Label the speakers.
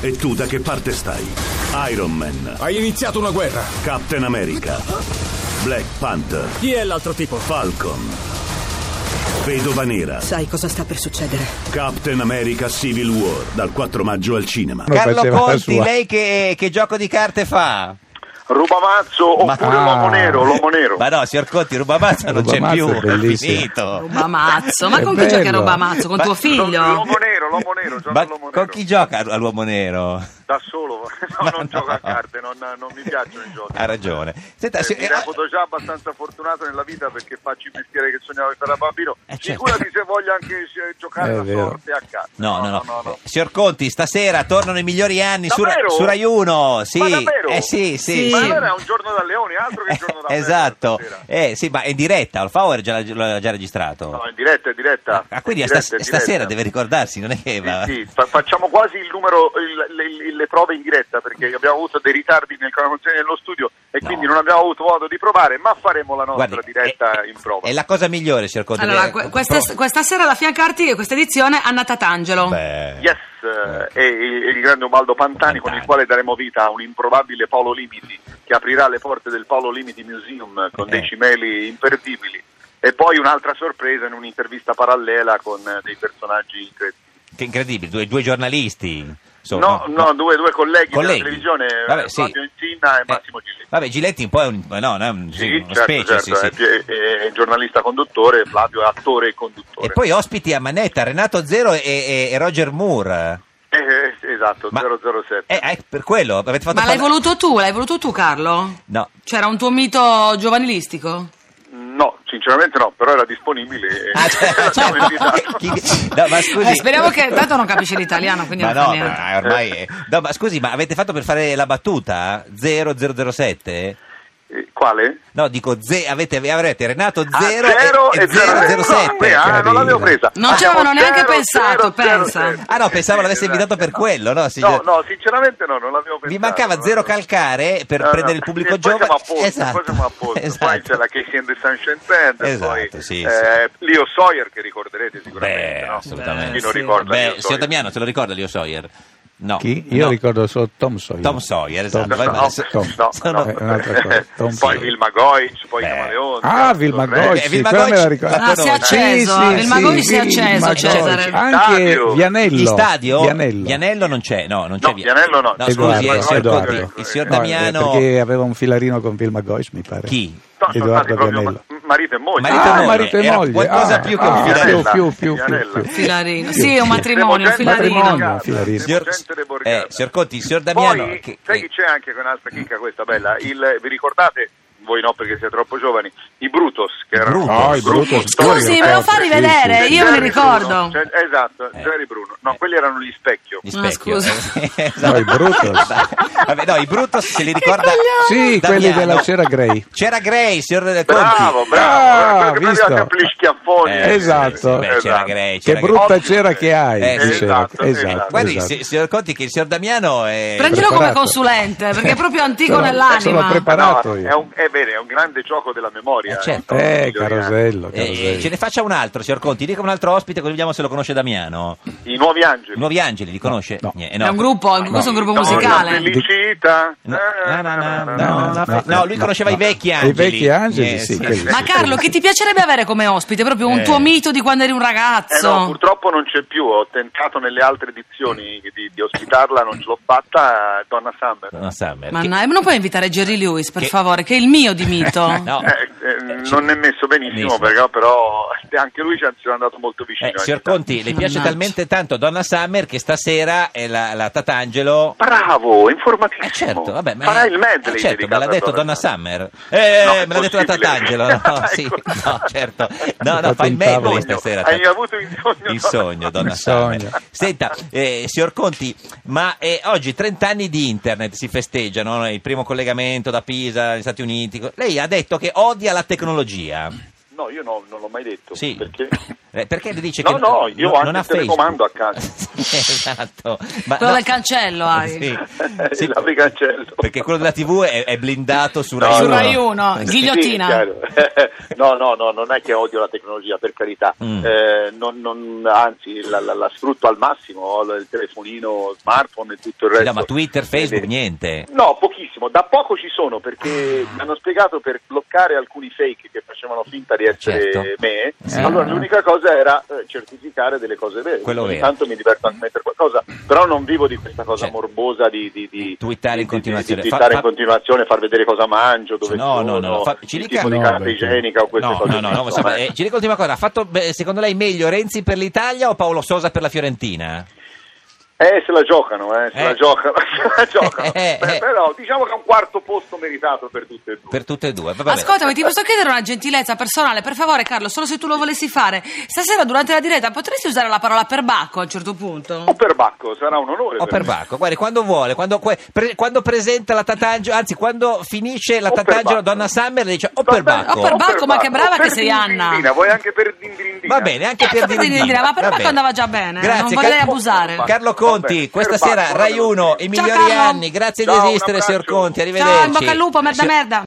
Speaker 1: E tu da che parte stai? Iron Man,
Speaker 2: Hai iniziato una guerra.
Speaker 1: Captain America, Black Panther,
Speaker 3: Chi è l'altro tipo?
Speaker 1: Falcon, Vedova Nera,
Speaker 4: Sai cosa sta per succedere?
Speaker 1: Captain America Civil War, dal 4 maggio al cinema.
Speaker 5: Non
Speaker 6: Carlo
Speaker 5: faceva la
Speaker 6: Conti,
Speaker 5: sua.
Speaker 6: lei che, che gioco di carte fa?
Speaker 7: Rubamazzo oppure
Speaker 5: Ma-
Speaker 7: l'uomo nero, l'uomo nero.
Speaker 6: Ma no, signor Conti, Rubamazza non c'è
Speaker 5: Rubamazza
Speaker 6: più,
Speaker 5: è
Speaker 6: è
Speaker 5: bellissimo.
Speaker 6: finito.
Speaker 4: Rubamazzo. Ma
Speaker 5: È
Speaker 4: con chi giochi a
Speaker 5: bello.
Speaker 4: Rubamazzo? Con
Speaker 6: Ma-
Speaker 4: tuo
Speaker 7: L'u-
Speaker 4: figlio?
Speaker 7: L'uomo nero, l'uomo nero, gioca
Speaker 6: Ma con
Speaker 7: l'uomo nero.
Speaker 6: chi gioca all'uomo nero?
Speaker 7: Da solo, no,
Speaker 6: Ma
Speaker 7: non
Speaker 6: no.
Speaker 7: gioco a carte, non, non mi piacciono i giochi.
Speaker 6: Ha ragione. Senta,
Speaker 7: Eh,
Speaker 6: si-
Speaker 7: mi reputo già abbastanza fortunato nella vita perché faccio il mestiere che sognavo di fare da bambino.
Speaker 6: Eh, certo.
Speaker 7: Figurati se voglio anche eh, giocare
Speaker 5: È
Speaker 7: la
Speaker 5: vero.
Speaker 7: sorte a carte.
Speaker 6: No, no, no. Signor Conti, stasera tornano i migliori anni su,
Speaker 7: Davvero?
Speaker 6: su Rai 1. Sì.
Speaker 7: Ma davvero?
Speaker 6: Eh sì, sì.
Speaker 4: Sì.
Speaker 7: Ma
Speaker 6: sì.
Speaker 7: allora è un giorno da leoni, altro che un giorno da
Speaker 6: Eh, esatto.
Speaker 7: stasera.
Speaker 6: Eh, sì, ma è in diretta, al favore già, l'ha già registrato.
Speaker 7: No, è in diretta, è diretta.
Speaker 6: Ah, quindi
Speaker 7: È
Speaker 6: è
Speaker 7: diretta,
Speaker 6: stas-
Speaker 7: è
Speaker 6: stasera
Speaker 7: diretta.
Speaker 6: deve ricordarsi, non è che
Speaker 7: Sì,
Speaker 6: va-
Speaker 7: sì, fa- facciamo quasi il numero, il- le, le- le prove in diretta perché abbiamo avuto dei ritardi nel- nella condizione dello studio e
Speaker 6: No.
Speaker 7: quindi non abbiamo avuto modo di provare, ma faremo la nostra
Speaker 6: Guardi,
Speaker 7: diretta
Speaker 6: è-
Speaker 7: in prova.
Speaker 6: È la cosa migliore, signor Conti.
Speaker 4: Allora,
Speaker 6: Eh,
Speaker 4: que- questa,
Speaker 6: pro-
Speaker 4: questa sera da Fiancarti, questa edizione, Anna Tatangelo.
Speaker 6: Beh.
Speaker 7: Yes, eh, e il, e il grande Ubaldo Pantani, con il
Speaker 6: Pantani.
Speaker 7: quale daremo vita a un improbabile Paolo Limiti che aprirà le porte del Paolo Limiti Museum con dei
Speaker 6: Eh.
Speaker 7: cimeli imperdibili e poi un'altra sorpresa in un'intervista parallela con eh, dei personaggi incredibili.
Speaker 6: Che incredibile, due, due giornalisti. insomma.
Speaker 7: No, no, due, due colleghi,
Speaker 6: Colleghi.
Speaker 7: della televisione,
Speaker 6: Vabbè, sì.
Speaker 7: Fabio Insinna e
Speaker 6: Eh,
Speaker 7: Massimo Giletti.
Speaker 6: Vabbè, Giletti un po' è un, eh, no, no, è un, sì, una specie, sì, sì.
Speaker 7: certo, È, è- è giornalista conduttore, Flavio è attore e conduttore.
Speaker 6: E poi ospiti a manetta Renato Zero e, e- e Roger Moore.
Speaker 7: Eh, eh, esatto,
Speaker 6: Ma-
Speaker 7: 007.
Speaker 6: Eh, eh, per quello avete fatto
Speaker 4: Ma l'hai
Speaker 6: parla-
Speaker 4: voluto tu? L'hai voluto tu, Carlo?
Speaker 6: No,
Speaker 4: C'era un tuo mito giovanilistico?
Speaker 7: No, sinceramente no, però era disponibile. e-
Speaker 6: Ah, cioè,
Speaker 7: l'abbiamo invitato.
Speaker 6: chi- no, ma scusi.
Speaker 4: Eh, speriamo che tanto non capisce l'italiano, quindi
Speaker 6: ma
Speaker 4: non fa
Speaker 6: no,
Speaker 4: niente.
Speaker 6: ma ormai è- no, ma scusi, ma avete fatto per fare la battuta 0007?
Speaker 7: Eh, Quale?
Speaker 6: No, dico ze- avete, avrete Renato
Speaker 7: Ah,
Speaker 6: 0
Speaker 7: zero
Speaker 6: e, cioè, e
Speaker 7: zero- Eh,
Speaker 6: 007.
Speaker 7: ah, non l'avevo presa.
Speaker 4: Non ci
Speaker 7: Abbiamo
Speaker 4: avevano neanche
Speaker 7: zero,
Speaker 4: pensato,
Speaker 7: zero, zero,
Speaker 4: pensa.
Speaker 7: zero.
Speaker 6: Ah no, pensavo
Speaker 7: Eh, sì,
Speaker 6: l'avesse
Speaker 7: esatto.
Speaker 6: invitato per quello, no,
Speaker 7: No,
Speaker 6: signor-
Speaker 7: no, sinceramente no, non l'avevo pensato.
Speaker 6: Vi mancava
Speaker 7: no,
Speaker 6: zero
Speaker 7: no.
Speaker 6: calcare per
Speaker 7: No, no,
Speaker 6: prendere il pubblico
Speaker 7: e poi
Speaker 6: giovane.
Speaker 7: Siamo a posto,
Speaker 6: esatto.
Speaker 7: Poi siamo a posto. Poi
Speaker 6: Esatto.
Speaker 7: c'è la Casey and the Sunshine Band,
Speaker 6: Esatto,
Speaker 7: poi
Speaker 6: sì,
Speaker 7: eh, Leo Sawyer che ricorderete sicuramente.
Speaker 6: Beh,
Speaker 7: no?
Speaker 6: assolutamente.
Speaker 7: Chi non
Speaker 4: Sì.
Speaker 7: ricorda
Speaker 6: Beh,
Speaker 7: Leo
Speaker 6: signor
Speaker 7: Sawyer?
Speaker 6: Damiano, se lo ricorda Leo Sawyer? No.
Speaker 5: Chi? Io
Speaker 6: No.
Speaker 5: ricordo solo Tom Sawyer.
Speaker 6: Tom Sawyer, esatto.
Speaker 5: Tom-
Speaker 6: Vai,
Speaker 7: No,
Speaker 6: vai,
Speaker 7: no,
Speaker 6: se-
Speaker 5: Tom-
Speaker 7: no,
Speaker 6: sono-
Speaker 7: no.
Speaker 5: Eh, un'altra cosa, Tom
Speaker 7: poi
Speaker 5: Sawyer.
Speaker 7: Vilma Goic, poi
Speaker 6: Beh.
Speaker 7: Camaleonte.
Speaker 5: Ah, Vilma Goici,
Speaker 6: Eh, Vilma
Speaker 5: quella
Speaker 6: Goici
Speaker 5: me la ricordo.
Speaker 6: la
Speaker 4: Ah, si è
Speaker 6: conosce.
Speaker 4: acceso, eh, Vilma Goici si è acceso, cioè,
Speaker 5: Vilma
Speaker 4: Cesare.
Speaker 5: Goici. Anche
Speaker 7: Stadio.
Speaker 5: Vianello.
Speaker 6: In stadio?
Speaker 5: Vianello.
Speaker 6: non c'è, no, non c'è
Speaker 7: No, Vianello no.
Speaker 6: scusi,
Speaker 5: Edoardo,
Speaker 6: eh, signor
Speaker 5: Edoardo.
Speaker 6: Conti, il signor
Speaker 7: No,
Speaker 5: No, eh,
Speaker 6: Damiano...
Speaker 5: Perché aveva un filarino con Vilma Goici, mi pare.
Speaker 6: Chi?
Speaker 7: No, sono stati
Speaker 5: Edoardo
Speaker 7: proprio
Speaker 5: Vianello.
Speaker 7: ma- marito e moglie.
Speaker 6: Marito e
Speaker 5: ah,
Speaker 6: moglie.
Speaker 5: marito e
Speaker 6: era
Speaker 5: moglie.
Speaker 6: qualcosa
Speaker 5: ah,
Speaker 6: più che un
Speaker 5: ah,
Speaker 7: filarello.
Speaker 5: Più, più, più,
Speaker 7: Filarello.
Speaker 5: più, più.
Speaker 4: Filarino. Sì, un
Speaker 7: Siamo
Speaker 4: matrimonio, un
Speaker 7: gente
Speaker 4: filarino.
Speaker 5: Matrimonio.
Speaker 7: borgata,
Speaker 5: Filarino.
Speaker 7: siamo
Speaker 6: Signor-
Speaker 7: gente de borgata.
Speaker 6: eh, signor Conti, il signor Damiano...
Speaker 7: Poi,
Speaker 6: che-
Speaker 7: sai chi c'è anche con un'altra chicca questa bella? Il- vi ricordate? Voi no perché siete troppo giovani. I Brutos che erano
Speaker 6: Brutus.
Speaker 5: Ah, i Brutus.
Speaker 4: Scusi, me lo fa rivedere, io me li
Speaker 7: Jerry
Speaker 4: ricordo.
Speaker 7: Bruno, cioè, esatto, Jerry Bruno. No, quelli erano gli specchio.
Speaker 6: gli
Speaker 4: Ah,
Speaker 6: specchio.
Speaker 4: scusa.
Speaker 6: Eh, esatto.
Speaker 5: No, i Brutus.
Speaker 6: Vabbè, no, i Brutus se li ricorda...
Speaker 5: Sì, quelli
Speaker 6: Damiano. Eh,
Speaker 5: della Cera Grey.
Speaker 6: C'era Gray, signor Conti.
Speaker 7: Bravo, bravo.
Speaker 5: Ah,
Speaker 7: quello che prendeva
Speaker 5: visto.
Speaker 7: sempre gli schiaffoni.
Speaker 6: Eh,
Speaker 5: esatto.
Speaker 6: Beh, c'era Grey,
Speaker 5: Che
Speaker 6: c'era Grey.
Speaker 5: brutta
Speaker 7: Ovvio,
Speaker 5: cera
Speaker 7: sì.
Speaker 5: che hai.
Speaker 6: Eh, sì.
Speaker 5: diceva.
Speaker 7: Esatto, esatto.
Speaker 6: Guardi,
Speaker 5: esatto.
Speaker 6: si- signor Conti, che il signor Damiano è...
Speaker 4: Prendilo come
Speaker 5: Preparato.
Speaker 4: consulente, perché è proprio antico
Speaker 5: Sono-
Speaker 4: nell'anima.
Speaker 5: sono preparato
Speaker 7: No,
Speaker 5: io.
Speaker 7: è, un, è vero, è un grande gioco della memoria.
Speaker 6: Eh, certo.
Speaker 5: Eh, Carosello,
Speaker 6: Eh, ce
Speaker 5: Carosello.
Speaker 6: ne faccia un altro, signor Conti. Dica un altro ospite, così vediamo se lo conosce Damiano.
Speaker 7: I nuovi angeli.
Speaker 6: I Nuovi Angeli, li conosce?
Speaker 5: no.
Speaker 6: Eh,
Speaker 4: È un gruppo, anche questo è un gruppo musicale.
Speaker 5: no,
Speaker 7: Felicita.
Speaker 6: No, no,
Speaker 7: Eh,
Speaker 6: no, no, no,
Speaker 5: no,
Speaker 6: no,
Speaker 5: no,
Speaker 6: no, lui
Speaker 5: no,
Speaker 6: conosceva
Speaker 5: no.
Speaker 6: i vecchi
Speaker 5: I
Speaker 6: angeli.
Speaker 5: vecchi angeli,
Speaker 6: Eh,
Speaker 5: sì, quelli.
Speaker 4: Ma Carlo, chi ti piacerebbe avere come ospite? Proprio un
Speaker 6: Eh.
Speaker 4: tuo mito di quando eri un
Speaker 7: Eh no,
Speaker 4: ragazzo.
Speaker 7: purtroppo non c'è più, ho tentato nelle altre edizioni di, di ospitarla, non ce l'ho fatta, eh, Donna Summer.
Speaker 6: Donna Summer.
Speaker 4: Ma
Speaker 6: Che-
Speaker 4: no, eh, non puoi invitare Jerry Lewis, per
Speaker 6: Che-
Speaker 4: favore, che è il mio di mito.
Speaker 6: No.
Speaker 7: Eh, eh, non è messo
Speaker 6: Benissimo.
Speaker 7: benissimo, perché, però eh, anche lui ci è ci è andato molto vicino.
Speaker 6: Eh, signor
Speaker 7: ogni tanto.
Speaker 6: Conti, le piace
Speaker 4: Mannaggia.
Speaker 6: talmente tanto Donna Summer che stasera è la, la Tatangelo.
Speaker 7: Bravo,
Speaker 6: Eh
Speaker 7: informatissimo.
Speaker 6: certo, vabbè, ma
Speaker 7: boh. Farà il medley.
Speaker 6: Eh, certo, me
Speaker 7: dedicato
Speaker 6: l'ha
Speaker 7: a
Speaker 6: detto Donna
Speaker 7: Summer.
Speaker 6: Summer. Eh,
Speaker 7: No, è
Speaker 6: me l'ha detto la
Speaker 7: possibile.
Speaker 6: Tatangelo. No, sì,
Speaker 7: Ecco.
Speaker 6: no, certo. No, no,
Speaker 5: fatto
Speaker 6: fa il
Speaker 5: un
Speaker 6: medley
Speaker 5: tavolo.
Speaker 6: stasera. certo.
Speaker 7: Hai avuto il sogno,
Speaker 6: Il
Speaker 7: Donna-
Speaker 6: sogno, Donna
Speaker 5: Il sogno.
Speaker 6: Summer. Senta, eh, signor Conti, ma eh, oggi 30 anni di internet si festeggiano, no? il primo collegamento da Pisa agli Stati Uniti. Lei ha detto che odia la tecnologia.
Speaker 7: No, io no, non l'ho mai detto.
Speaker 6: Sì.
Speaker 7: Perché?
Speaker 6: Eh, Perché le dice
Speaker 7: No,
Speaker 6: che
Speaker 7: no, io ho
Speaker 6: non
Speaker 7: anche
Speaker 6: ha
Speaker 7: il telecomando
Speaker 6: Facebook.
Speaker 7: a casa.
Speaker 6: esatto. Ma
Speaker 4: Quello
Speaker 6: no-
Speaker 4: del cancello hai.
Speaker 6: Sì. Sì,
Speaker 7: Sì. L'apri cancello.
Speaker 6: Perché quello della TV è, è blindato su
Speaker 7: No,
Speaker 6: Rai
Speaker 4: Su
Speaker 7: no, no.
Speaker 4: Rai 1, ghigliottina.
Speaker 7: Sì, chiaro. no, no, no, non è che odio la tecnologia, per carità.
Speaker 6: Mm.
Speaker 7: Eh, non- non- anzi, la, la- la sfrutto al massimo, ho il telefonino, smartphone e tutto il
Speaker 6: Sì,
Speaker 7: resto.
Speaker 6: no, ma Twitter, Facebook,
Speaker 7: Quindi-
Speaker 6: niente.
Speaker 7: No, pochissimo, da poco ci sono perché mi hanno spiegato per bloccare alcuni fake che facevano finta di essere
Speaker 6: Certo.
Speaker 7: me.
Speaker 6: Sì.
Speaker 7: Allora l'unica cosa era eh, certificare delle cose vere.
Speaker 6: Quello
Speaker 7: Ogni
Speaker 6: vero.
Speaker 7: tanto mi diverto a mettere qualcosa, però non vivo di questa cosa
Speaker 6: Cioè,
Speaker 7: morbosa di, di, di
Speaker 6: Eh, twittare in
Speaker 7: di- di-
Speaker 6: continuazione.
Speaker 7: di
Speaker 6: Fa-
Speaker 7: twittare
Speaker 6: fa-
Speaker 7: in continuazione, far vedere cosa mangio, dove
Speaker 6: No, no,
Speaker 7: sono,
Speaker 6: no, fa- ci
Speaker 7: il
Speaker 6: dica-
Speaker 7: tipo di
Speaker 5: No,
Speaker 7: carta
Speaker 5: beh,
Speaker 7: igienica o queste
Speaker 6: No,
Speaker 7: cose.
Speaker 6: no, no, no,
Speaker 7: qui,
Speaker 6: insomma,
Speaker 7: insomma,
Speaker 6: eh, ci dica l'ultima cosa, ha fatto beh, secondo lei meglio Renzi per l'Italia o Paolo Sosa per la Fiorentina?
Speaker 7: Eh, se la giocano, eh, se
Speaker 6: Eh.
Speaker 7: la giocano, se la giocano.
Speaker 6: Eh,
Speaker 7: Beh,
Speaker 6: eh.
Speaker 7: Però diciamo che è un quarto posto meritato per tutte e due.
Speaker 6: Per tutte e due. va bene.
Speaker 4: Ascoltami, ti posso chiedere una gentilezza personale, per favore, Carlo, solo se tu lo volessi fare. Stasera durante la diretta potresti usare la parola perbacco a un certo punto?
Speaker 7: O per Bacco, sarà un onore.
Speaker 6: O
Speaker 7: per
Speaker 6: per
Speaker 7: me.
Speaker 6: Bacco, guardi, quando vuole, quando, que- pre- quando presenta la Tatangelo, anzi, quando finisce la
Speaker 7: O per
Speaker 6: Tatangelo,
Speaker 7: Bacco.
Speaker 6: donna Summer le dice o per
Speaker 7: Vabbè,
Speaker 6: Bacco.
Speaker 4: O per Bacco, ma che brava
Speaker 7: O per
Speaker 4: che sei, Anna.
Speaker 7: Dindindina, Vuoi anche per Dindindina?
Speaker 6: Va bene, anche
Speaker 4: Eh,
Speaker 6: per
Speaker 4: per Dindindina, ma per
Speaker 6: va
Speaker 4: Bacco
Speaker 6: bene.
Speaker 4: andava già bene, eh,
Speaker 6: Grazie,
Speaker 4: non vorrei abusare.
Speaker 6: Carlo
Speaker 7: Va
Speaker 6: Conti,
Speaker 7: bene,
Speaker 6: questa
Speaker 7: per
Speaker 6: sera
Speaker 7: Bacco,
Speaker 6: Rai
Speaker 7: va bene.
Speaker 6: 1, i
Speaker 4: Ciao,
Speaker 6: migliori
Speaker 4: Carlo.
Speaker 6: anni, grazie
Speaker 7: Ciao,
Speaker 6: di
Speaker 7: un
Speaker 6: esistere, signor
Speaker 7: abbraccio.
Speaker 6: Conti, arrivederci.
Speaker 4: Ciao, in bocca al lupo, merda,
Speaker 6: Signor-
Speaker 4: merda.